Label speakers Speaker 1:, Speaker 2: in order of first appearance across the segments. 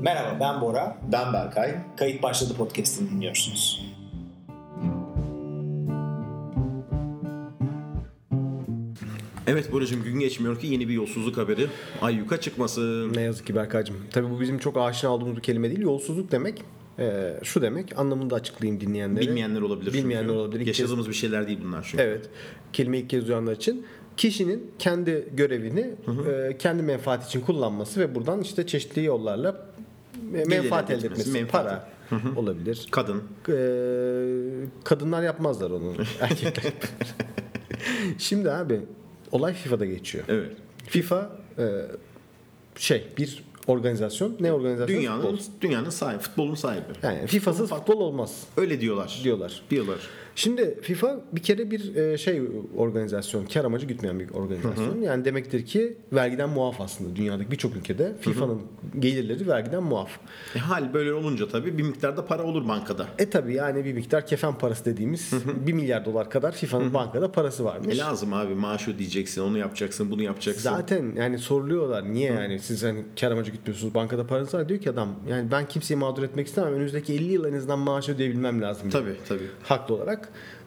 Speaker 1: Merhaba ben Bora.
Speaker 2: Ben Berkay.
Speaker 1: Kayıt başladı podcast'ini dinliyorsunuz.
Speaker 3: Evet Boracığım gün geçmiyor ki yeni bir yolsuzluk haberi. Ay yuka çıkmasın.
Speaker 4: Ne yazık ki Berkay'cığım. Tabii bu bizim çok aşina olduğumuz bir kelime değil. Yolsuzluk demek e, şu demek. Anlamını da açıklayayım dinleyenlere.
Speaker 3: Bilmeyenler olabilir.
Speaker 4: Bilmeyenler
Speaker 3: çünkü.
Speaker 4: olabilir. İlk kez-
Speaker 3: Yaşadığımız bir şeyler değil bunlar çünkü.
Speaker 4: Evet. Kelime ilk kez duyanlar için kişinin kendi görevini e, kendi menfaat için kullanması ve buradan işte çeşitli yollarla e, menfaat
Speaker 3: elde
Speaker 4: elde
Speaker 3: etmesi,
Speaker 4: etmesi.
Speaker 3: menfaat.
Speaker 4: Para olabilir.
Speaker 3: Kadın.
Speaker 4: E, kadınlar yapmazlar onu. Erkekler. yapar. Şimdi abi olay FIFA'da geçiyor.
Speaker 3: Evet.
Speaker 4: FIFA e, şey bir organizasyon. Ne organizasyon? Futbol.
Speaker 3: Dünyanın dünyanın sahibi, futbolun sahibi.
Speaker 4: Yani FIFA'sız futbol olmaz
Speaker 3: Öyle diyorlar.
Speaker 4: diyorlar.
Speaker 3: Diyorlar.
Speaker 4: Şimdi FIFA bir kere bir e, şey organizasyon, kar amacı gütmeyen bir organizasyon. Yani demektir ki vergiden muaf aslında dünyadaki birçok ülkede FIFA'nın gelirleri vergiden muaf.
Speaker 3: E, hal böyle olunca tabii bir miktarda para olur bankada.
Speaker 4: E tabi yani bir miktar kefen parası dediğimiz 1 milyar dolar kadar FIFA'nın bankada parası varmış.
Speaker 3: E lazım abi maaş ödeyeceksin, onu yapacaksın, bunu yapacaksın.
Speaker 4: Zaten yani soruluyorlar niye yani siz hani kar amacı gütmüyorsunuz bankada paranız var diyor ki adam yani ben kimseyi mağdur etmek istemem önümüzdeki 50 yıl en azından maaş ödeyebilmem lazım.
Speaker 3: Tabii tabii.
Speaker 4: Haklı olarak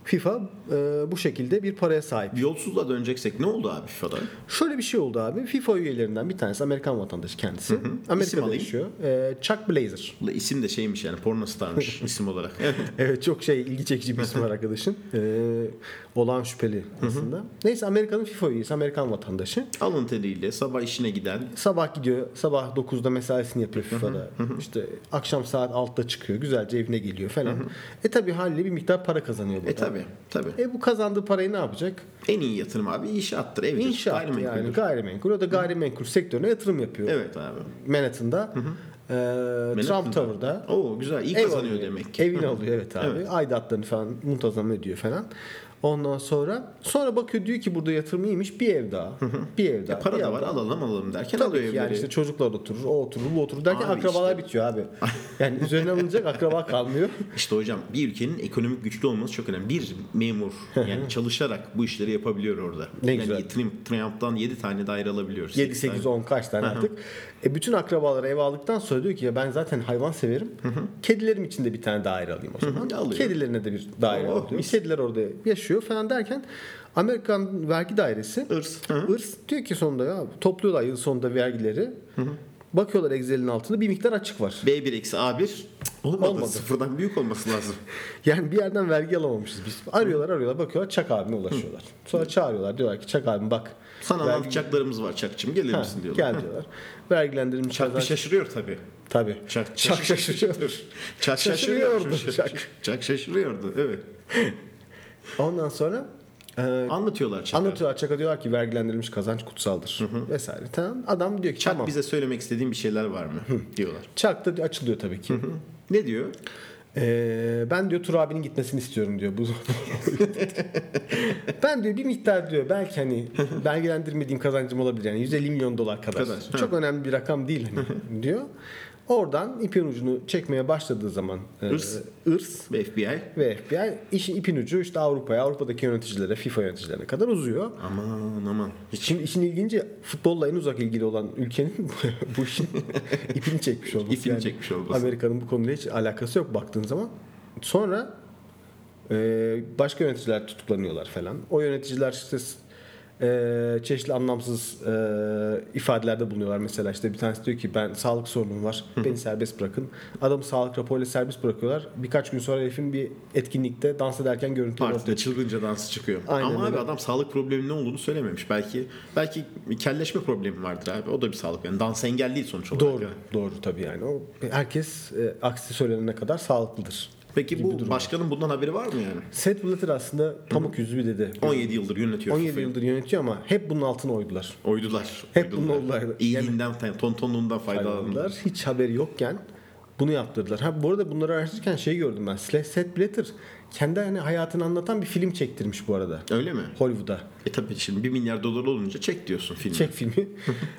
Speaker 4: FIFA e, bu şekilde bir paraya sahip.
Speaker 3: Yolsuzluğa döneceksek ne oldu abi FIFA'da?
Speaker 4: Şöyle bir şey oldu abi. FIFA üyelerinden bir tanesi Amerikan vatandaşı kendisi.
Speaker 3: İsim
Speaker 4: Amerika'da
Speaker 3: alayım.
Speaker 4: yaşıyor. Ee, Chuck Blazer.
Speaker 3: Ulan İsim de şeymiş yani porno starmış isim olarak.
Speaker 4: Evet çok şey ilgi çekici bir isim var arkadaşın. Ee, olağan şüpheli aslında. Neyse Amerika'nın FIFA üyesi. Amerikan vatandaşı.
Speaker 3: Alın teriyle sabah işine giden
Speaker 4: Sabah gidiyor. Sabah 9'da mesaisini yapıyor FIFA'da. işte akşam saat 6'da çıkıyor. Güzelce evine geliyor falan. e tabi haliyle bir miktar para kazanıyor burada.
Speaker 3: e tabii E tabii.
Speaker 4: E bu kazandığı parayı ne yapacak?
Speaker 3: En iyi yatırım abi inşaattır, evdir,
Speaker 4: İnşaat
Speaker 3: gayrimenkuldür.
Speaker 4: yani gayrimenkul. O da gayrimenkul sektörüne yatırım yapıyor.
Speaker 3: Evet abi.
Speaker 4: Manhattan'da. E,
Speaker 3: Manhattan'da.
Speaker 4: Trump Tower'da.
Speaker 3: Oo güzel iyi
Speaker 4: Ev
Speaker 3: kazanıyor
Speaker 4: alıyor.
Speaker 3: demek ki.
Speaker 4: Evini alıyor evet abi.
Speaker 3: Evet.
Speaker 4: Aidatlarını falan muntazam ödüyor falan. Ondan sonra sonra bakıyor diyor ki burada yatırım iyiymiş bir ev daha. bir ev daha.
Speaker 3: Para
Speaker 4: bir
Speaker 3: da
Speaker 4: ev
Speaker 3: var
Speaker 4: daha.
Speaker 3: alalım alalım derken
Speaker 4: Tabii
Speaker 3: alıyor
Speaker 4: ki
Speaker 3: evleri.
Speaker 4: yani işte çocuklar oturur, o oturur, bu oturur derken
Speaker 3: Abi
Speaker 4: akrabalar bitiyor abi. Yani üzerine alınacak akraba kalmıyor.
Speaker 3: İşte hocam bir ülkenin ekonomik güçlü olması çok önemli. Bir memur yani çalışarak bu işleri yapabiliyor orada.
Speaker 4: Ne
Speaker 3: yani
Speaker 4: güzel.
Speaker 3: Triumph- Triumph'tan 7 tane daire alabiliyoruz.
Speaker 4: 7
Speaker 3: Sekiz
Speaker 4: 8
Speaker 3: tane.
Speaker 4: 10 kaç tane artık. E bütün akrabalara ev aldıktan sonra diyor ki ya ben zaten hayvan severim. Kedilerim için de bir tane daire alayım o zaman.
Speaker 3: Alıyor.
Speaker 4: Kedilerine de bir daire
Speaker 3: Oh,
Speaker 4: alıyor. Kediler orada yaşıyor falan derken Amerikan vergi dairesi
Speaker 3: Irs. Hı hı.
Speaker 4: Irs diyor ki sonunda ya topluyorlar yıl sonunda vergileri. Bakıyorlar Excel'in altında bir miktar açık var.
Speaker 3: B1 eksi A1 Cık, olmadı.
Speaker 4: Olmadı.
Speaker 3: Sıfırdan büyük olmaması lazım.
Speaker 4: Yani bir yerden vergi alamamışız biz. Arıyorlar arıyorlar bakıyorlar Çak abime ulaşıyorlar. Sonra çağırıyorlar diyorlar ki Çak abim bak.
Speaker 3: Sana anlatacaklarımız var Çakçım gelir
Speaker 4: Ha,
Speaker 3: misin diyorlar.
Speaker 4: gel diyorlar. Vergilendirilmiş
Speaker 3: Çak bir
Speaker 4: kazanç-
Speaker 3: şaşırıyor tabii.
Speaker 4: Tabii.
Speaker 3: Çak,
Speaker 4: Çak şaşırıyor.
Speaker 3: Çak
Speaker 4: Şaşırıyordu
Speaker 3: şaşırıyor.
Speaker 4: Çak.
Speaker 3: Çak şaşırıyordu evet.
Speaker 4: Ondan sonra e,
Speaker 3: Anlatıyorlar Çak'a.
Speaker 4: anlatıyorlar Çak'a diyorlar ki vergilendirilmiş kazanç kutsaldır vesaire. Tamam. Adam diyor ki
Speaker 3: Çak
Speaker 4: tamam.
Speaker 3: bize söylemek istediğin bir şeyler var mı diyorlar.
Speaker 4: Çak da açılıyor tabii ki.
Speaker 3: Ne diyor?
Speaker 4: E, ben diyor Tur abinin gitmesini istiyorum diyor. Bu ben diyor bir miktar diyor belki hani vergilendirmediğim kazancım olabilir. Yani 150 milyon dolar kadar.
Speaker 3: Kadar,
Speaker 4: Çok önemli bir rakam değil hani diyor. Oradan ipin ucunu çekmeye başladığı zaman e,
Speaker 3: Irs.
Speaker 4: Irs
Speaker 3: Ve FBI.
Speaker 4: Ve FBI işin ipin ucu işte Avrupa'ya, Avrupa'daki yöneticilere, FIFA yöneticilerine kadar uzuyor.
Speaker 3: Aman aman. Hiç
Speaker 4: Şimdi işin ilginci futbolla en uzak ilgili olan ülkenin bu işin ipini çekmiş olması.
Speaker 3: İpini çekmiş olması.
Speaker 4: Amerika'nın bu konuyla hiç alakası yok baktığın zaman. Sonra e, başka yöneticiler tutuklanıyorlar falan. O yöneticiler işte e, çeşitli anlamsız e, ifadelerde bulunuyorlar. Mesela işte bir tanesi diyor ki ben sağlık sorunum var. Beni serbest bırakın. Adamı sağlık raporuyla serbest bırakıyorlar. Birkaç gün sonra herifin bir etkinlikte dans ederken görüntüleri
Speaker 3: partide çılgınca dansı çıkıyor.
Speaker 4: Aynen
Speaker 3: Ama abi
Speaker 4: öyle.
Speaker 3: adam sağlık probleminin ne olduğunu söylememiş. Belki belki kelleşme problemi vardır abi. O da bir sağlık. Yani dans engel değil sonuç olarak.
Speaker 4: Doğru,
Speaker 3: Yani.
Speaker 4: doğru tabii yani. O herkes e, aksi söylenene kadar sağlıklıdır.
Speaker 3: Peki bu başkanın bundan haberi var mı yani?
Speaker 4: Seth Blatter aslında pamuk yüzlü bir dede.
Speaker 3: 17 yıldır yönetiyor.
Speaker 4: 17
Speaker 3: FIFA'yı.
Speaker 4: yıldır yönetiyor ama hep bunun altına oydular.
Speaker 3: Oydular.
Speaker 4: Hep bunun olayları.
Speaker 3: İyiliğinden, tontonluğundan faydalandılar.
Speaker 4: Hayvanlar hiç haberi yokken bunu yaptırdılar. Ha bu arada bunları araştırırken şey gördüm ben. Sle- Seth Blatter kendi hani hayatını anlatan bir film çektirmiş bu arada.
Speaker 3: Öyle mi?
Speaker 4: Hollywood'a.
Speaker 3: E tabii şimdi 1 milyar dolar olunca çek diyorsun filmi.
Speaker 4: Çek filmi.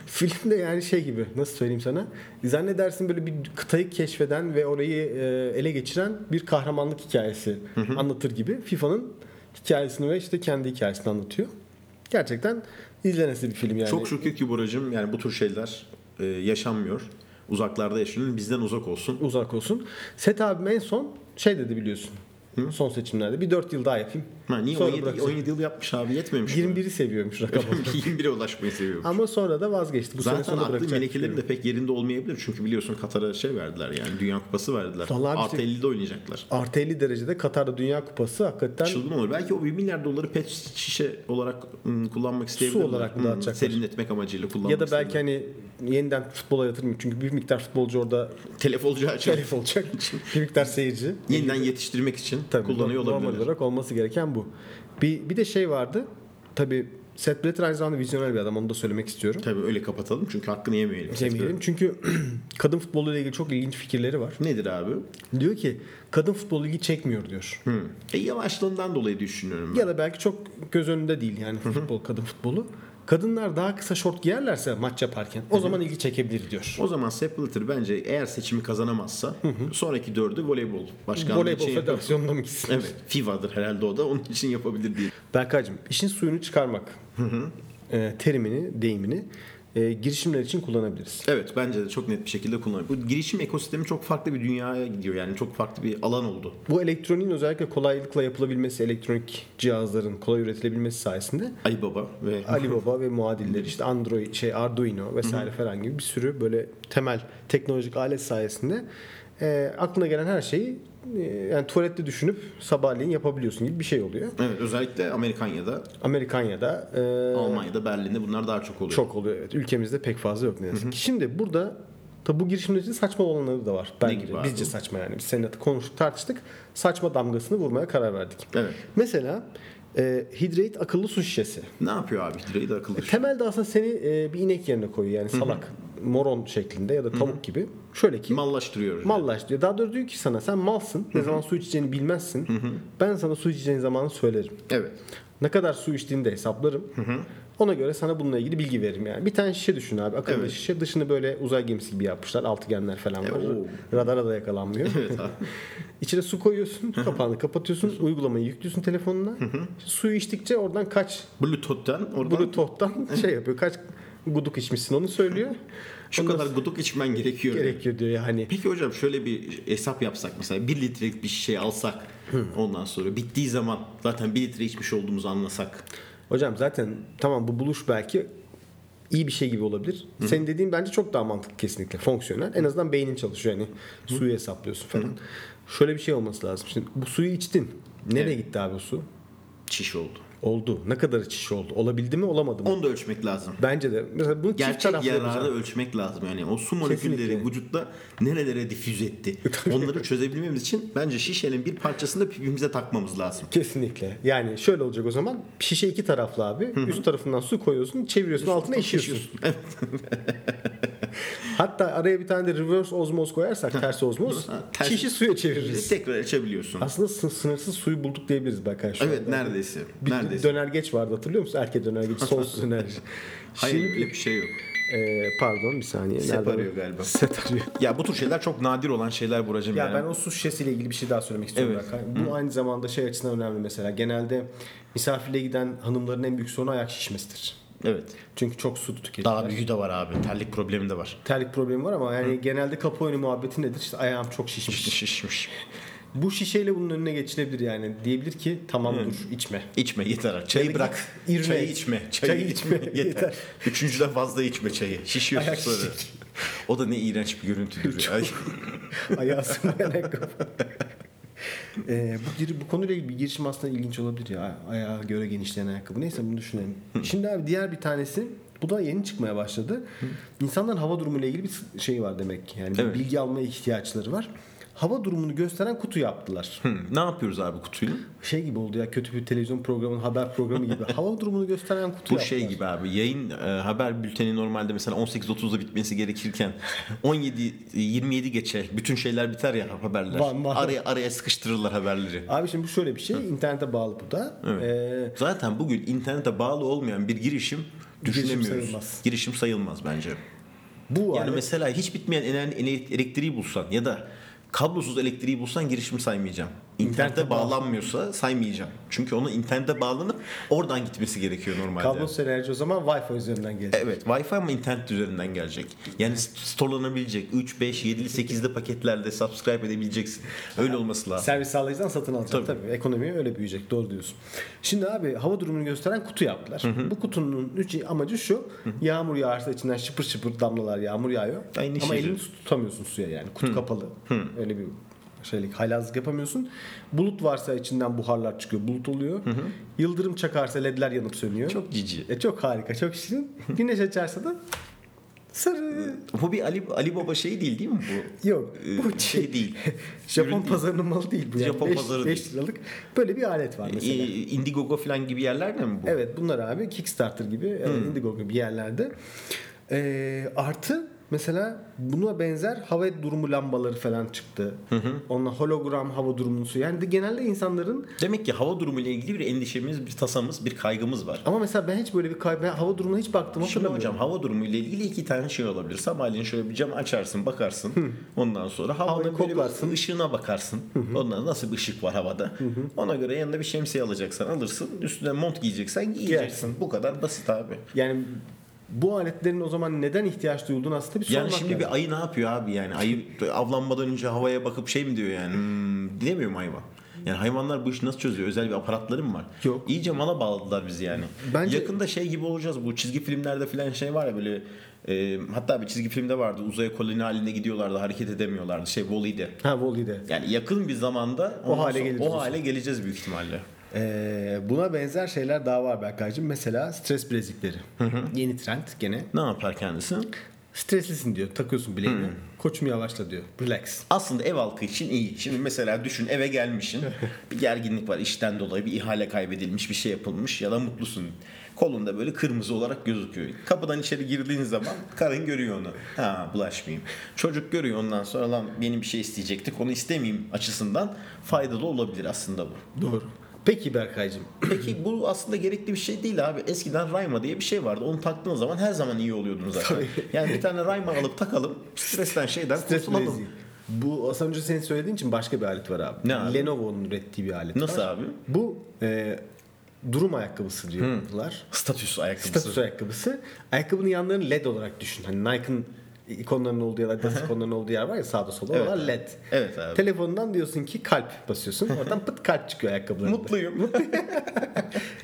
Speaker 4: film de yani şey gibi nasıl söyleyeyim sana. Zannedersin böyle bir kıtayı keşfeden ve orayı e, ele geçiren bir kahramanlık hikayesi anlatır gibi. FIFA'nın hikayesini ve işte kendi hikayesini anlatıyor. Gerçekten izlenesi bir film yani.
Speaker 3: Çok şükür ki Buracığım yani bu tür şeyler e, yaşanmıyor. Uzaklarda yaşayanın bizden uzak olsun.
Speaker 4: Uzak olsun. Set abim en son şey dedi biliyorsun. Son seçimlerde bir 4 yıl daha yapayım.
Speaker 3: Ha, niye
Speaker 4: Sonra
Speaker 3: 17,
Speaker 4: bırakacağım.
Speaker 3: 17 yıl yapmış abi yetmemiş. mi?
Speaker 4: 21'i seviyormuş rakamı.
Speaker 3: 21'e ulaşmayı seviyormuş.
Speaker 4: Ama sonra da vazgeçti. Bu sene
Speaker 3: Zaten
Speaker 4: sonu
Speaker 3: aklı
Speaker 4: bırakacak.
Speaker 3: melekelerin de pek yerinde olmayabilir. Çünkü biliyorsun Katar'a şey verdiler yani Dünya Kupası verdiler.
Speaker 4: Vallahi bir
Speaker 3: Artı
Speaker 4: şey-
Speaker 3: 50'de oynayacaklar.
Speaker 4: Artı 50 derecede Katar'da Dünya Kupası hakikaten
Speaker 3: Çılgın olur. Belki o 1 milyar doları pet şişe olarak ım, kullanmak isteyebilirler.
Speaker 4: olarak
Speaker 3: Hı,
Speaker 4: dağıtacaklar.
Speaker 3: Serinletmek amacıyla kullanmak
Speaker 4: ya da belki hani yeniden futbola yatırım çünkü bir miktar futbolcu orada
Speaker 3: telef olacağı için
Speaker 4: telef olacak. bir miktar seyirci.
Speaker 3: yeniden yetiştirmek için
Speaker 4: Tabii,
Speaker 3: kullanıyor
Speaker 4: normal
Speaker 3: olabilirler.
Speaker 4: olarak olması gereken bu. Bir, bir de şey vardı. Tabii Seth Blatter aynı zamanda vizyoner bir adam onu da söylemek istiyorum.
Speaker 3: Tabii öyle kapatalım çünkü hakkını yemeyelim.
Speaker 4: Demeyelim. Çünkü kadın futboluyla ilgili çok ilginç fikirleri var.
Speaker 3: Nedir abi?
Speaker 4: Diyor ki kadın futbolu ilgi çekmiyor diyor.
Speaker 3: Hı. E, yavaşlığından dolayı düşünüyorum ben.
Speaker 4: Ya da belki çok göz önünde değil yani futbol kadın futbolu. Kadınlar daha kısa şort giyerlerse maç yaparken o zaman ilgi çekebilir diyor.
Speaker 3: O zaman Sepp Blatter bence eğer seçimi kazanamazsa sonraki dördü voleybol başkanlığı
Speaker 4: Voleybol
Speaker 3: için yapar.
Speaker 4: federasyonuna mı gitsin?
Speaker 3: Evet. FIVA'dır herhalde o da onun için yapabilir diye.
Speaker 4: Berkay'cığım işin suyunu çıkarmak e, terimini, deyimini e, girişimler için kullanabiliriz.
Speaker 3: Evet bence de çok net bir şekilde kullanıyor. Bu girişim ekosistemi çok farklı bir dünyaya gidiyor yani çok farklı bir alan oldu.
Speaker 4: Bu elektroniğin özellikle kolaylıkla yapılabilmesi, elektronik cihazların kolay üretilebilmesi sayesinde
Speaker 3: Ali Baba ve
Speaker 4: Ali Baba ve muadilleri işte Android, şey Arduino vesaire falan gibi bir sürü böyle temel teknolojik alet sayesinde e, aklına gelen her şeyi e, yani tuvalette düşünüp sabahleyin yapabiliyorsun gibi bir şey oluyor.
Speaker 3: Evet özellikle Amerikanya'da,
Speaker 4: Amerikanya'da e,
Speaker 3: Almanya'da, Berlin'de bunlar daha çok oluyor.
Speaker 4: çok oluyor evet. Ülkemizde pek fazla yok ne yazık ki. Şimdi burada tabi bu girişimler için saçma olanları da var. Bence
Speaker 3: gibi abi?
Speaker 4: bizce saçma yani. Biz seninle konuştuk tartıştık. Saçma damgasını vurmaya karar verdik.
Speaker 3: Evet.
Speaker 4: Mesela e, Hydrate akıllı su şişesi.
Speaker 3: Ne yapıyor abi? Direği de akıllı.
Speaker 4: Temelde aslında seni e, bir inek yerine koyuyor yani salak, moron şeklinde ya da tavuk gibi. Şöyle ki
Speaker 3: Mallaştırıyor.
Speaker 4: mallaş diyor. Daha doğrusu diyor ki sana sen malsın. Ne zaman su içeceğini bilmezsin. Ben sana su içeceğin zamanı söylerim.
Speaker 3: Evet.
Speaker 4: Ne kadar su içtiğini de hesaplarım. Ona göre sana bununla ilgili bilgi veririm yani. Bir tane şişe düşün abi. Akıllı
Speaker 3: Evet. E,
Speaker 4: şişe. Dışını böyle uzay gemisi gibi yapmışlar. Altıgenler falan var.
Speaker 3: oo.
Speaker 4: Radara da yakalanmıyor.
Speaker 3: Evet abi.
Speaker 4: İçine su koyuyorsun. kapağını kapatıyorsun. uygulamayı yüklüyorsun telefonuna. Suyu içtikçe oradan kaç
Speaker 3: Bluetooth'ten oradan
Speaker 4: Bluetooth'tan şey yapıyor. Kaç guduk içmişsin onu söylüyor.
Speaker 3: şu kadar guduk içmen gerekiyor.
Speaker 4: gerekiyor diyor yani.
Speaker 3: Peki hocam şöyle bir hesap yapsak mesela 1 litrelik bir şey alsak ondan sonra bittiği zaman zaten 1 litre içmiş olduğumuzu anlasak.
Speaker 4: Hocam zaten tamam bu buluş belki iyi bir şey gibi olabilir. Senin dediğin bence çok daha mantıklı kesinlikle. Fonksiyonel. En azından beynin çalışıyor yani. Suyu hesaplıyorsun falan. Şöyle bir şey olması lazım. Şimdi bu suyu içtin. Nereye gitti abi o su?
Speaker 3: Çiş oldu.
Speaker 4: Oldu. Ne kadar içiş oldu? Olabildi mi, olamadı mı?
Speaker 3: Onu da ölçmek lazım.
Speaker 4: Bence de. Mesela bunu çift
Speaker 3: Gerçek
Speaker 4: taraflı
Speaker 3: yararı
Speaker 4: yapacağım.
Speaker 3: ölçmek lazım. Yani o su molekülleri
Speaker 4: Kesinlikle. E,
Speaker 3: vücutta nerelere difüz etti. Onları çözebilmemiz için bence şişenin bir parçasını da pipimize takmamız lazım.
Speaker 4: Kesinlikle. Yani şöyle olacak o zaman. Şişe iki taraflı abi. Üst tarafından su koyuyorsun, çeviriyorsun, altına işiyorsun. Hatta araya bir tane de reverse ozmoz koyarsak ters ozmoz
Speaker 3: Ha, ters- E,
Speaker 4: şişi suya çeviririz.
Speaker 3: Tekrar açabiliyorsun.
Speaker 4: Aslında sı- sınırsız suyu bulduk diyebiliriz Berkay şu
Speaker 3: Evet
Speaker 4: anda.
Speaker 3: neredeyse.
Speaker 4: Bir
Speaker 3: Neredeyse.
Speaker 4: dönergeç vardı hatırlıyor musun? Erkek dönergeç, sonsuz dönergeç.
Speaker 3: Hayır
Speaker 4: Şimdi,
Speaker 3: öyle bir şey yok.
Speaker 4: e, pardon bir saniye.
Speaker 3: Sep
Speaker 4: Nereden-
Speaker 3: arıyor galiba.
Speaker 4: Sep arıyor.
Speaker 3: Ya bu tür şeyler çok nadir olan şeyler Buracım.
Speaker 4: Ya
Speaker 3: yani.
Speaker 4: ben o su şişesiyle ilgili bir şey daha söylemek istiyorum
Speaker 3: Evet.
Speaker 4: Berkay. Bu aynı zamanda şey açısından önemli mesela. Genelde misafirliğe giden hanımların en büyük sorunu ayak şişmesidir.
Speaker 3: Evet.
Speaker 4: Çünü çok su tüketir.
Speaker 3: Daha büyüğü de var abi. Terlik problemi de var.
Speaker 4: Terlik problemi var ama yani genelde kapı oyunu muhabbeti nedir? İşte ayağım çok şişmiş.
Speaker 3: Şişmiş.
Speaker 4: Bu şişeyle bunun önüne geçilebilir yani. Diyebilir ki tamam dur içme.
Speaker 3: İçme yeter artık. Çayı
Speaker 4: Yani
Speaker 3: bırak.
Speaker 4: irme.
Speaker 3: Çayı içme. Çayı,
Speaker 4: Çayı
Speaker 3: içme.
Speaker 4: içme.
Speaker 3: yeter.
Speaker 4: Yeter.
Speaker 3: Üçüncüden fazla içme çayı. Şişiyorsun
Speaker 4: Ayak
Speaker 3: sonra. O da ne iğrenç bir görüntüdür ya.
Speaker 4: Ayağı sığmayan ayakkabı. Ee, bu, gir- bu konuyla ilgili bir girişim aslında ilginç olabilir ya. Ayağa göre genişleyen ayakkabı. Neyse bunu düşünelim. Şimdi abi diğer bir tanesi bu da yeni çıkmaya başladı. İnsanların hava durumuyla ilgili bir şey var demek ki. Yani bir
Speaker 3: Evet.
Speaker 4: bilgi almaya ihtiyaçları var. Hava durumunu gösteren kutu yaptılar.
Speaker 3: Hı, Hmm. ne yapıyoruz abi kutuyla?
Speaker 4: Şey gibi oldu ya kötü bir televizyon programının haber programı gibi. Hava durumunu gösteren kutu
Speaker 3: Bu
Speaker 4: yaptılar.
Speaker 3: şey gibi abi yayın e, haber bülteni normalde mesela 18.30'da bitmesi gerekirken 17 27 geçe bütün şeyler biter ya haberler.
Speaker 4: Var, var.
Speaker 3: Araya araya sıkıştırırlar haberleri.
Speaker 4: Abi şimdi bu şöyle bir şey. internete bağlı bu da. Ee,
Speaker 3: Zaten bugün internete bağlı olmayan bir girişim düşünemiyoruz. Girişim sayılmaz,
Speaker 4: sayılmaz.
Speaker 3: bence.
Speaker 4: bu
Speaker 3: Yani
Speaker 4: alet-
Speaker 3: mesela hiç bitmeyen enerji elektriği bulsan ya da kablosuz elektriği bulsan girişim saymayacağım. internete bağlanmıyorsa saymayacağım. Çünkü onun internete bağlanıp oradan gitmesi gerekiyor normalde.
Speaker 4: Kablosuz enerji o zaman Wi-Fi üzerinden gelecek.
Speaker 3: Evet Wi-Fi ama internet üzerinden gelecek. Yani st- storelanabilecek. 3, 5, 7, 8'li paketlerde subscribe edebileceksin. Öyle olması lazım.
Speaker 4: Servis sağlayıcıdan satın alacak
Speaker 3: Tabii.
Speaker 4: tabii. Ekonomi öyle büyüyecek doğru diyorsun. Şimdi abi hava durumunu gösteren kutu yaptılar. Bu kutunun üç amacı şu. Yağmur yağarsa içinden şıpır şıpır damlalar yağmur yağıyor.
Speaker 3: Aynı
Speaker 4: Ama
Speaker 3: şey.
Speaker 4: elini su- tutamıyorsun suya yani. Kutu kapalı. Öyle bir şeylik haylazlık yapamıyorsun. Bulut varsa içinden buharlar çıkıyor. Bulut oluyor. Yıldırım çakarsa ledler yanıp sönüyor.
Speaker 3: Çok cici.
Speaker 4: E, çok harika, çok şirin. Güneş açarsa da sarı.
Speaker 3: Bu bir Ali, Ali Baba şey değil değil mi bu?
Speaker 4: Yok.
Speaker 3: Ee, şey değil.
Speaker 4: Japon
Speaker 3: Ürün değil.
Speaker 4: pazarının malı değil bu. Yani.
Speaker 3: Japon
Speaker 4: Beş-
Speaker 3: pazarı
Speaker 4: beş
Speaker 3: değil.
Speaker 4: liralık böyle bir alet var mesela.
Speaker 3: Ee, Indiegogo falan gibi yerlerde mi bu? Hmm.
Speaker 4: Evet bunlar abi Kickstarter gibi, yani Indiegogo gibi yerlerde. Ee, artı mesela buna benzer hava durumu lambaları falan çıktı. Onunla hologram hava durumunu su- yani de genelde insanların
Speaker 3: Demek ki hava durumu ile ilgili bir endişemiz, bir tasamız, bir kaygımız var.
Speaker 4: ama mesela ben hiç böyle bir kay- ben hava durumuna hiç baktım
Speaker 3: Şimdi
Speaker 4: hatırlamıyorum.
Speaker 3: hocam hava durumu ile ilgili iki tane şey olabilir. Sabahleyin şöyle bir cam açarsın, bakarsın. Ondan sonra havanın böyle
Speaker 4: koklarsın.
Speaker 3: bir ışığına bakarsın. Ondan nasıl bir ışık var havada. Ona göre yanında bir şemsiye alacaksan alırsın. Üstüne mont giyeceksen giyeceksin. Bu kadar basit abi.
Speaker 4: Yani bu aletlerin o zaman neden ihtiyaç duyulduğunu aslında bir
Speaker 3: Yani
Speaker 4: sormak
Speaker 3: şimdi
Speaker 4: lazım.
Speaker 3: bir ayı ne yapıyor abi yani? Ayı avlanmadan önce havaya bakıp şey mi diyor yani? Hmm, diyemiyor mu hayvan? Yani hayvanlar bu işi nasıl çözüyor? Özel bir aparatları mı var?
Speaker 4: Yok.
Speaker 3: İyice mala bağladılar bizi yani.
Speaker 4: Bence-
Speaker 3: Yakında şey gibi olacağız. Bu çizgi filmlerde falan şey var ya böyle e, hatta bir çizgi filmde vardı. Uzaya koloni halinde gidiyorlardı. Hareket edemiyorlardı. Şey Wall-E'de.
Speaker 4: Ha Wall-E'de.
Speaker 3: Yani yakın bir zamanda
Speaker 4: O
Speaker 3: ondan
Speaker 4: hale
Speaker 3: sonra-
Speaker 4: geleceğiz.
Speaker 3: o hale geleceğiz büyük ihtimalle.
Speaker 4: Ee, buna benzer şeyler daha var Berkaycığım. Mesela stres bilezikleri. Yeni trend gene.
Speaker 3: Ne yapar kendisi?
Speaker 4: Streslisin diyor. Takıyorsun bileğini.
Speaker 3: Hmm.
Speaker 4: Koçum yavaşla diyor. Relax.
Speaker 3: aslında ev halkı için iyi. Şimdi mesela düşün eve gelmişsin. Bir gerginlik var işten dolayı bir ihale kaybedilmiş bir şey yapılmış ya da mutlusun. Kolunda böyle kırmızı olarak gözüküyor. Kapıdan içeri girdiğin zaman karın görüyor onu. Ha bulaşmayayım. Çocuk görüyor ondan sonra lan benim bir şey isteyecektik onu istemeyeyim açısından faydalı olabilir aslında bu.
Speaker 4: Doğru. Peki Berkaycığım.
Speaker 3: Peki bu aslında gerekli bir şey değil abi. Eskiden Rayma diye bir şey vardı. Onu taktığın zaman her zaman iyi oluyordun zaten. Yani bir tane Rayma alıp takalım. Stresten şeyden
Speaker 4: Stres
Speaker 3: kurtulalım.
Speaker 4: bileziği. Bu az önce senin söylediğin için başka bir alet var abi.
Speaker 3: Ne abi?
Speaker 4: Lenovo'nun ürettiği bir alet
Speaker 3: Nasıl
Speaker 4: var.
Speaker 3: abi?
Speaker 4: Bu e, durum ayakkabısı diyorlar.
Speaker 3: Statüs ayakkabısı.
Speaker 4: Status ayakkabısı. Ayakkabının yanlarını led olarak düşün. Hani Nike'ın ikonlarının olduğu ya da Adidas ikonlarının olduğu yer var ya sağda solda.
Speaker 3: Evet
Speaker 4: Oralar
Speaker 3: abi.
Speaker 4: led.
Speaker 3: Evet abi.
Speaker 4: Telefonundan diyorsun ki kalp basıyorsun. Oradan pıt kalp çıkıyor ayakkabılarında.
Speaker 3: Mutluyum.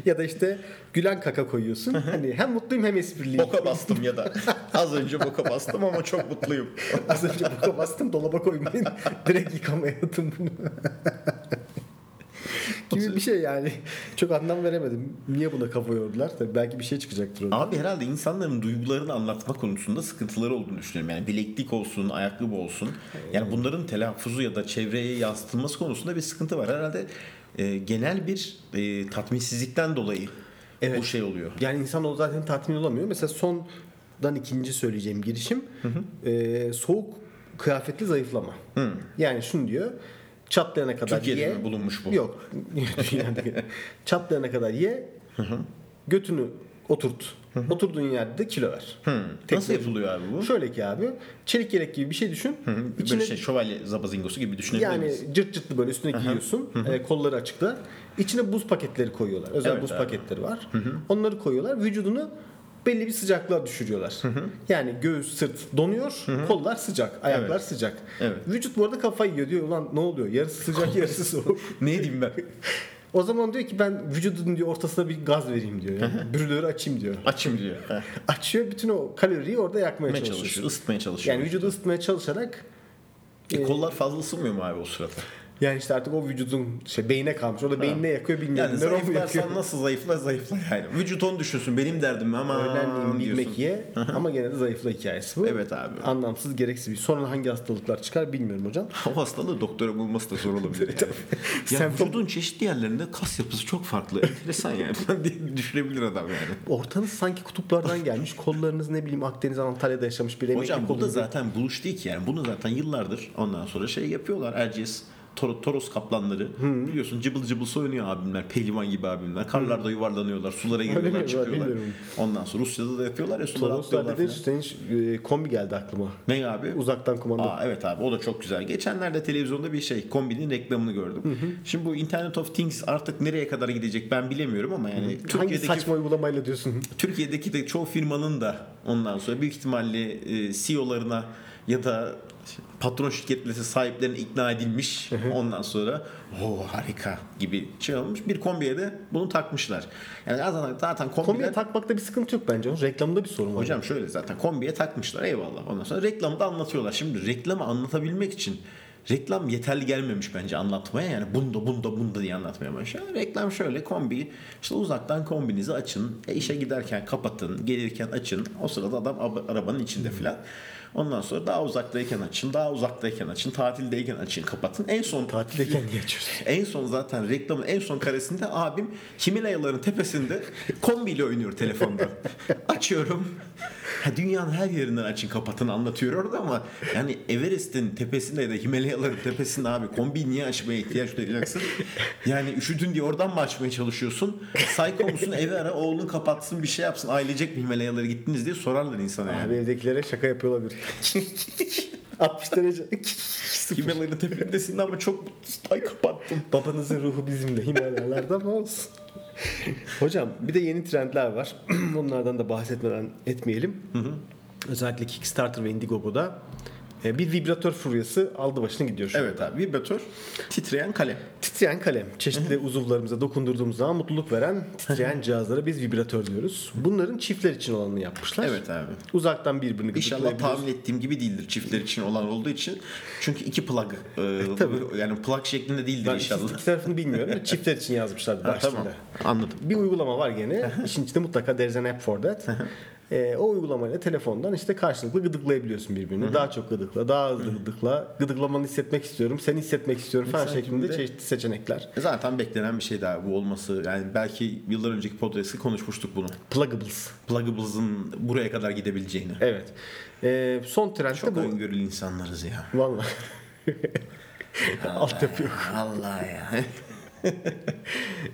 Speaker 4: ya da işte gülen kaka koyuyorsun. hani hem mutluyum hem esprili.
Speaker 3: boka bastım ya da. Az önce boka bastım ama çok mutluyum.
Speaker 4: Az önce boka bastım dolaba koymayın. Direkt yıkamaya atın bunu. gibi bir şey yani. Çok anlam veremedim. Niye buna kafa yordular? Tabii belki bir şey çıkacaktır orada.
Speaker 3: Abi herhalde insanların duygularını anlatma konusunda sıkıntıları olduğunu düşünüyorum. Yani bileklik olsun, ayakkabı olsun. Yani bunların telaffuzu ya da çevreye yansıtılması konusunda bir sıkıntı var. Herhalde e, genel bir e, tatminsizlikten dolayı bu şey oluyor.
Speaker 4: Yani insan o zaten tatmin olamıyor. Mesela sondan ikinci söyleyeceğim girişim e, soğuk kıyafetli zayıflama. Yani şunu diyor çatlayana kadar
Speaker 3: Türkiye'de
Speaker 4: ye.
Speaker 3: mi bulunmuş bu?
Speaker 4: Yok. Dünyada. çatlayana kadar ye. götünü oturt. Oturduğun yerde de kilo ver.
Speaker 3: Hmm. Nasıl yapılıyor abi bu?
Speaker 4: Şöyle ki abi çelik yelek gibi bir şey düşün.
Speaker 3: Böyle
Speaker 4: İçine
Speaker 3: şey şövalye zabazingosu gibi düşünebilir
Speaker 4: yani
Speaker 3: miyiz?
Speaker 4: cırt cırtlı böyle üstüne giyiyorsun. E, kolları açıkta. İçine buz paketleri koyuyorlar. Özel
Speaker 3: Evet
Speaker 4: buz
Speaker 3: abi.
Speaker 4: paketleri var. Onları koyuyorlar. Vücudunu belli bir sıcaklığa düşürüyorlar. Yani göğüs, sırt donuyor. Kollar sıcak, ayaklar
Speaker 3: Evet.
Speaker 4: sıcak.
Speaker 3: Evet.
Speaker 4: Vücut bu arada kafayı yiyor diyor ulan ne oluyor? Yarısı sıcak, yarısı soğuk.
Speaker 3: Ne diyeyim ben?
Speaker 4: O zaman diyor ki ben vücudun diyor ortasına bir gaz vereyim diyor. Yani brülörü açayım diyor.
Speaker 3: Açım diyor. Heh.
Speaker 4: Açıyor bütün o kaloriyi orada yakmaya
Speaker 3: Isıtmaya
Speaker 4: çalışıyor.
Speaker 3: çalışıyor, ısıtmaya çalışıyor.
Speaker 4: Yani vücudu ısıtmaya çalışarak
Speaker 3: E, kollar fazla ısınmıyor mu abi o sırada?
Speaker 4: yani işte artık o vücudun şey beyine kalmış. O da beynine yakıyor bilmiyorum.
Speaker 3: Yani
Speaker 4: nöron mu
Speaker 3: zayıflarsan nasıl zayıfla zayıfla yani. Vücut onu düşünsün benim derdim ama
Speaker 4: Öğlenleyin bilmek
Speaker 3: diyorsun.
Speaker 4: ye ama gene de zayıfla hikayesi bu.
Speaker 3: Evet abi.
Speaker 4: Anlamsız gereksiz bir. Sonra hangi hastalıklar çıkar bilmiyorum hocam.
Speaker 3: O hastalığı doktora bulması da zor olabilir. yani. ya
Speaker 4: Semptom-
Speaker 3: vücudun çeşitli yerlerinde kas yapısı çok farklı. Enteresan yani. diye düşünebilir adam yani.
Speaker 4: Ortanız sanki kutuplardan gelmiş. Kollarınız ne bileyim Akdeniz Antalya'da yaşamış bir emekli
Speaker 3: Hocam bu da
Speaker 4: kolunuz.
Speaker 3: zaten buluş değil ki yani. Bunu zaten yıllardır ondan sonra şey yapıyorlar. Erciyes Tor- Toros kaplanları biliyorsun cıbıl cıbıl soyunuyor abimler. Pehlivan gibi abimler. Karlarda yuvarlanıyorlar. Sulara giriyorlar
Speaker 4: mi?
Speaker 3: çıkıyorlar.
Speaker 4: Bilmiyorum.
Speaker 3: Ondan sonra Rusya'da da yapıyorlar ya sulara
Speaker 4: Toroslar
Speaker 3: atlıyorlar
Speaker 4: dediğin
Speaker 3: falan.
Speaker 4: senin hiç, e, kombi geldi aklıma.
Speaker 3: Ne abi?
Speaker 4: Uzaktan kumanda.
Speaker 3: Aa, evet abi o da çok güzel. Geçenlerde televizyonda bir şey kombinin reklamını gördüm. Şimdi bu Internet of Things artık nereye kadar gidecek ben bilemiyorum ama yani
Speaker 4: Hangi
Speaker 3: Türkiye'deki
Speaker 4: saçma uygulamayla diyorsun?
Speaker 3: Türkiye'deki de çoğu firmanın da ondan sonra büyük ihtimalle e, CEO'larına ya da patron şirketleri sahiplerine ikna edilmiş. Ondan sonra o harika gibi şey olmuş. Bir kombiye de bunu takmışlar. Yani zaten, zaten kombiler...
Speaker 4: Kombiye takmakta bir sıkıntı yok bence. Reklamda bir sorun var.
Speaker 3: Hocam şöyle zaten kombiye takmışlar eyvallah. Ondan sonra reklamda anlatıyorlar. Şimdi reklamı anlatabilmek için reklam yeterli gelmemiş bence anlatmaya. Yani bunda bunda bunda diye anlatmaya başlıyor. Reklam şöyle kombi işte uzaktan kombinizi açın. E işe giderken kapatın. Gelirken açın. O sırada adam ab- arabanın içinde filan. Ondan sonra daha uzaktayken açın. Daha uzaktayken açın. Tatildeyken açın. Kapatın. En son
Speaker 4: Tatildeyken niye açıyorsun?
Speaker 3: en son zaten reklamın en son karesinde abim Himalayaların tepesinde kombiyle oynuyor telefonda. Açıyorum. Ha, dünyanın her yerinden açın kapatın anlatıyor orada ama yani Everest'in tepesinde ya da Himalayaların tepesinde abi kombiyi niye açmaya ihtiyaç duyacaksın? Yani üşüdün diye oradan mı açmaya çalışıyorsun? Psycho musun evi ara oğlun kapatsın bir şey yapsın ailecek mi Himalayalara gittiniz diye sorarlar insana yani.
Speaker 4: Abi evdekilere şaka yapıyor olabilir. 60 derece.
Speaker 3: Himalayaların tepesindesin ama çok ay kapattım.
Speaker 4: Babanızın ruhu bizimle Himalayalarda mı olsun? Hocam bir de yeni trendler var. Bunlardan da bahsetmeden etmeyelim. Özellikle Kickstarter ve Indiegogo'da e, bir vibratör furyası aldı başını gidiyor şu an.
Speaker 3: Evet abi vibratör titreyen kalem.
Speaker 4: Titreyen kalem. Çeşitli uzuvlarımıza dokundurduğumuz zaman mutluluk veren titreyen cihazlara biz vibratör diyoruz. Bunların çiftler için olanını yapmışlar.
Speaker 3: Evet abi.
Speaker 4: Uzaktan birbirini
Speaker 3: İnşallah
Speaker 4: gıdıklayabiliyoruz.
Speaker 3: tahmin ettiğim gibi değildir çiftler için olan olduğu için. Çünkü iki plug. e,
Speaker 4: tabii.
Speaker 3: Yani plug şeklinde değildir
Speaker 4: Ben
Speaker 3: inşallah.
Speaker 4: iki tarafını bilmiyorum. ama Çiftler için yazmışlar
Speaker 3: Ha,
Speaker 4: başlığında.
Speaker 3: tamam. Anladım.
Speaker 4: Bir uygulama var gene. İşin içinde mutlaka there's an app for that. Ee, o uygulamayla telefondan işte karşılıklı gıdıklayabiliyorsun birbirini. daha çok gıdıkla, daha hızlı gıdıkla. Gıdıklamanı hissetmek istiyorum, seni hissetmek istiyorum falan
Speaker 3: E, Sen
Speaker 4: şeklinde
Speaker 3: kimde?
Speaker 4: çeşitli seçenekler.
Speaker 3: Zaten beklenen bir şey daha bu olması. Yani belki yıllar önceki podcast'te konuşmuştuk bunu.
Speaker 4: Pluggables.
Speaker 3: Pluggables'ın buraya kadar gidebileceğini.
Speaker 4: Evet. Ee, son trend de
Speaker 3: Çok
Speaker 4: bu.
Speaker 3: öngörülü insanlarız ya.
Speaker 4: Vallahi. Altyapı yok.
Speaker 3: Allah ya.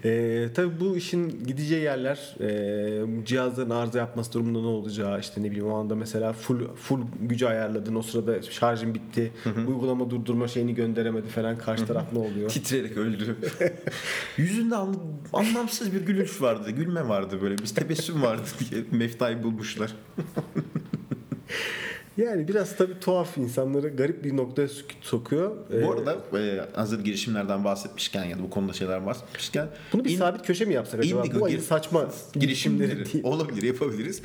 Speaker 4: Ee, tabii bu işin gideceği yerler e, cihazların arıza yapması durumunda ne olacağı işte ne bileyim o anda mesela full full gücü ayarladın o sırada şarjın bitti uygulama durdurma şeyini gönderemedi falan karşı taraf ne oluyor?
Speaker 3: Titreyerek öldü. Yüzünde an- anlamsız bir gülüş vardı. Gülme vardı böyle. Bir tebessüm vardı diye meftayı bulmuşlar.
Speaker 4: Yani biraz tabii tuhaf insanları garip bir noktaya sok- sokuyor. Ee,
Speaker 3: Bu arada e, hazır girişimlerden bahsetmişken ya da bu konuda şeyler bahsetmişken
Speaker 4: bunu bir
Speaker 3: in-
Speaker 4: sabit köşe mi yapsak acaba?
Speaker 3: Indigo
Speaker 4: Bu
Speaker 3: gir-
Speaker 4: ayın saçma girişimleri
Speaker 3: girişimleri
Speaker 4: değil.
Speaker 3: olabilir yapabiliriz.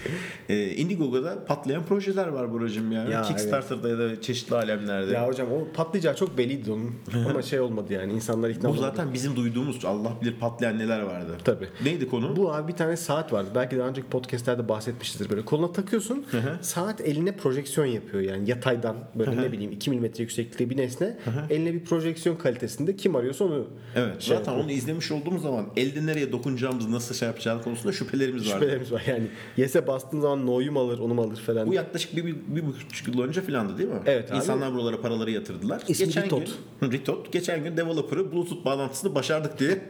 Speaker 3: E, Indiegogo'da patlayan projeler var Buracığım ya.
Speaker 4: Ya,
Speaker 3: Kickstarter'da ya da çeşitli alemlerde.
Speaker 4: Ya hocam o patlayacağı çok belliydi onun ama şey olmadı yani insanlar ikna
Speaker 3: bu
Speaker 4: olmadı.
Speaker 3: zaten bizim duyduğumuz Allah bilir patlayan neler vardı.
Speaker 4: Tabii.
Speaker 3: Neydi konu?
Speaker 4: Bu abi bir tane saat vardı. Belki daha önceki podcastlerde bahsetmişizdir. Böyle koluna takıyorsun. saat eline projeksiyon yapıyor yani yataydan böyle ne bileyim 2 milimetre yükseklikte bir nesne eline bir projeksiyon kalitesinde kim arıyorsa onu
Speaker 3: evet.
Speaker 4: şey
Speaker 3: zaten
Speaker 4: yapıyor.
Speaker 3: onu izlemiş olduğumuz zaman elde nereye dokunacağımız, nasıl şey yapacağımız konusunda şüphelerimiz vardı.
Speaker 4: şüphelerimiz var. Yani yes'e bastığın zaman no'yu mu alır, onu mu alır falan.
Speaker 3: Bu yaklaşık bir, bir, bir buçuk yıl önce filandı değil mi?
Speaker 4: Evet abi.
Speaker 3: İnsanlar buralara paraları yatırdılar.
Speaker 4: İsmi
Speaker 3: gün,
Speaker 4: Ritot.
Speaker 3: Hı, Ritot. Geçen gün developer'ı Bluetooth bağlantısını başardık diye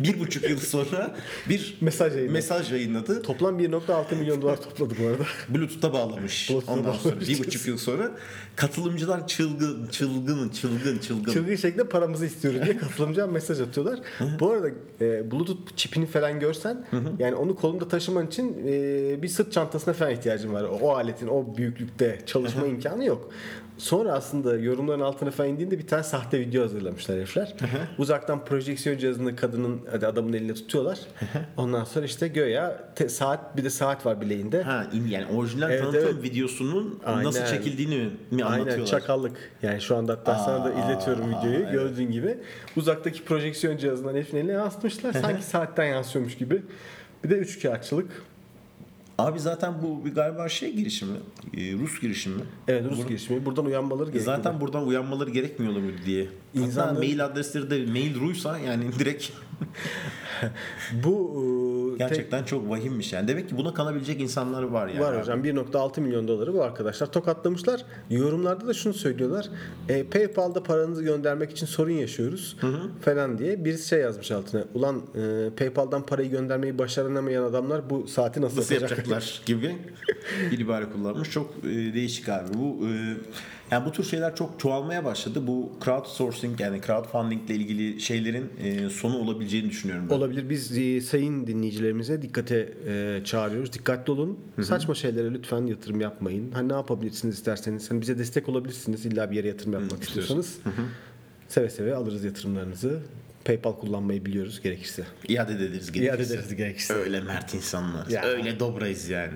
Speaker 3: bir buçuk yıl sonra bir
Speaker 4: Mesaj yayınladı.
Speaker 3: mesaj yayınladı.
Speaker 4: Toplam 1.6 milyon dolar topladı bu arada.
Speaker 3: Bluetooth'a bağlamış.
Speaker 4: Bluetooth'a
Speaker 3: Ondan sonra
Speaker 4: bağlamış.
Speaker 3: bir buçuk yıl sonra katılımcılar çılgın, çılgın, çılgın, çılgın.
Speaker 4: Çılgın şekilde şey paramızı istiyoruz diye katılımcıya mesaj atıyorlar. bu arada e, Bluetooth çipini falan görsen yani onu kolunda taşıman için e, bir sırt çantasına falan ihtiyacın var. O, o aletin o büyüklükte çalışma imkanı yok. Sonra aslında yorumların altına falan indiğinde bir tane sahte video hazırlamışlar herifler. Uzaktan projeksiyon cihazını kadının hadi adamın eline tutuyorlar. Ondan sonra işte göya te- saat bir de saat var bileğinde.
Speaker 3: Ha, in- yani orijinal
Speaker 4: Evet,
Speaker 3: tanıtım
Speaker 4: evet.
Speaker 3: videosunun nasıl
Speaker 4: Aynen.
Speaker 3: çekildiğini mi anlatıyorlar?
Speaker 4: Aynen çakallık. Yani şu anda hatta sana da izletiyorum videoyu. Gördüğün gibi uzaktaki projeksiyon cihazından herifin eline yansıtmışlar. Sanki saatten yansıyormuş gibi. Bir de üçkağıtçılık.
Speaker 3: Abi zaten bu bir galiba şey girişimi, e, Rus girişimi.
Speaker 4: Evet Rus girişimi. Buradan uyanmaları gerekiyor.
Speaker 3: Zaten buradan uyanmaları gerekmiyor mu diye.
Speaker 4: İnsanların-
Speaker 3: Hatta mail adresleri de mail ruysa yani direkt
Speaker 4: bu e,
Speaker 3: Gerçekten çok vahimmiş yani. Demek ki buna kanabilecek insanlar var yani.
Speaker 4: Var
Speaker 3: abi.
Speaker 4: hocam 1.6 milyon doları bu arkadaşlar tokatlamışlar. Yorumlarda da şunu söylüyorlar. E, PayPal'da paranızı göndermek için sorun yaşıyoruz falan diye birisi şey yazmış altına. Ulan e, PayPal'dan parayı göndermeyi başaramayan adamlar bu saati nasıl,
Speaker 3: Nasıl
Speaker 4: yapacak?
Speaker 3: yapacaklar gibi bir ibare kullanmış. Çok e, değişik abi. Bu e, yani bu tür şeyler çok çoğalmaya başladı. Bu crowdsourcing yani crowdfunding ile ilgili şeylerin e, sonu olabileceğini düşünüyorum ben.
Speaker 4: Olabilir. Biz e, sayın dinleyicilerimize dikkate e, çağırıyoruz. Dikkatli olun. Saçma şeylere lütfen yatırım yapmayın. Hani ne yapabilirsiniz isterseniz. Hani bize destek olabilirsiniz. İlla bir yere yatırım yapmak istiyorsanız. Seve seve alırız yatırımlarınızı. PayPal kullanmayı biliyoruz gerekirse.
Speaker 3: İade ederiz gerekirse.
Speaker 4: İade ederiz gerekirse.
Speaker 3: Öyle mert insanlarız.
Speaker 4: Ya.
Speaker 3: Öyle dobrayız yani.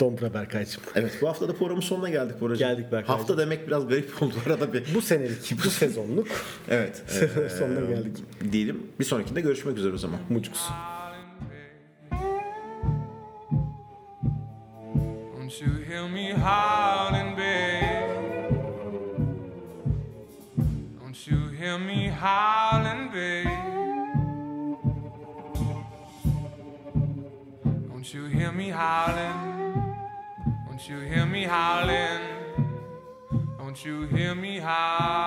Speaker 4: Dombra Berkay'cığım.
Speaker 3: Evet bu hafta da programın sonuna geldik Boracığım.
Speaker 4: Geldik Berkaycığım.
Speaker 3: Hafta demek biraz garip oldu arada bir.
Speaker 4: Bu senelik, bu sezonluk
Speaker 3: Evet.
Speaker 4: sonuna geldik.
Speaker 3: e, diyelim. Bir sonrakinde görüşmek üzere o zaman.
Speaker 4: Mucuks.
Speaker 2: Don't you hear me howling, babe? Don't you hear me howling, babe? Don't you hear me howling? Don't you hear me howling? Don't you hear me howling?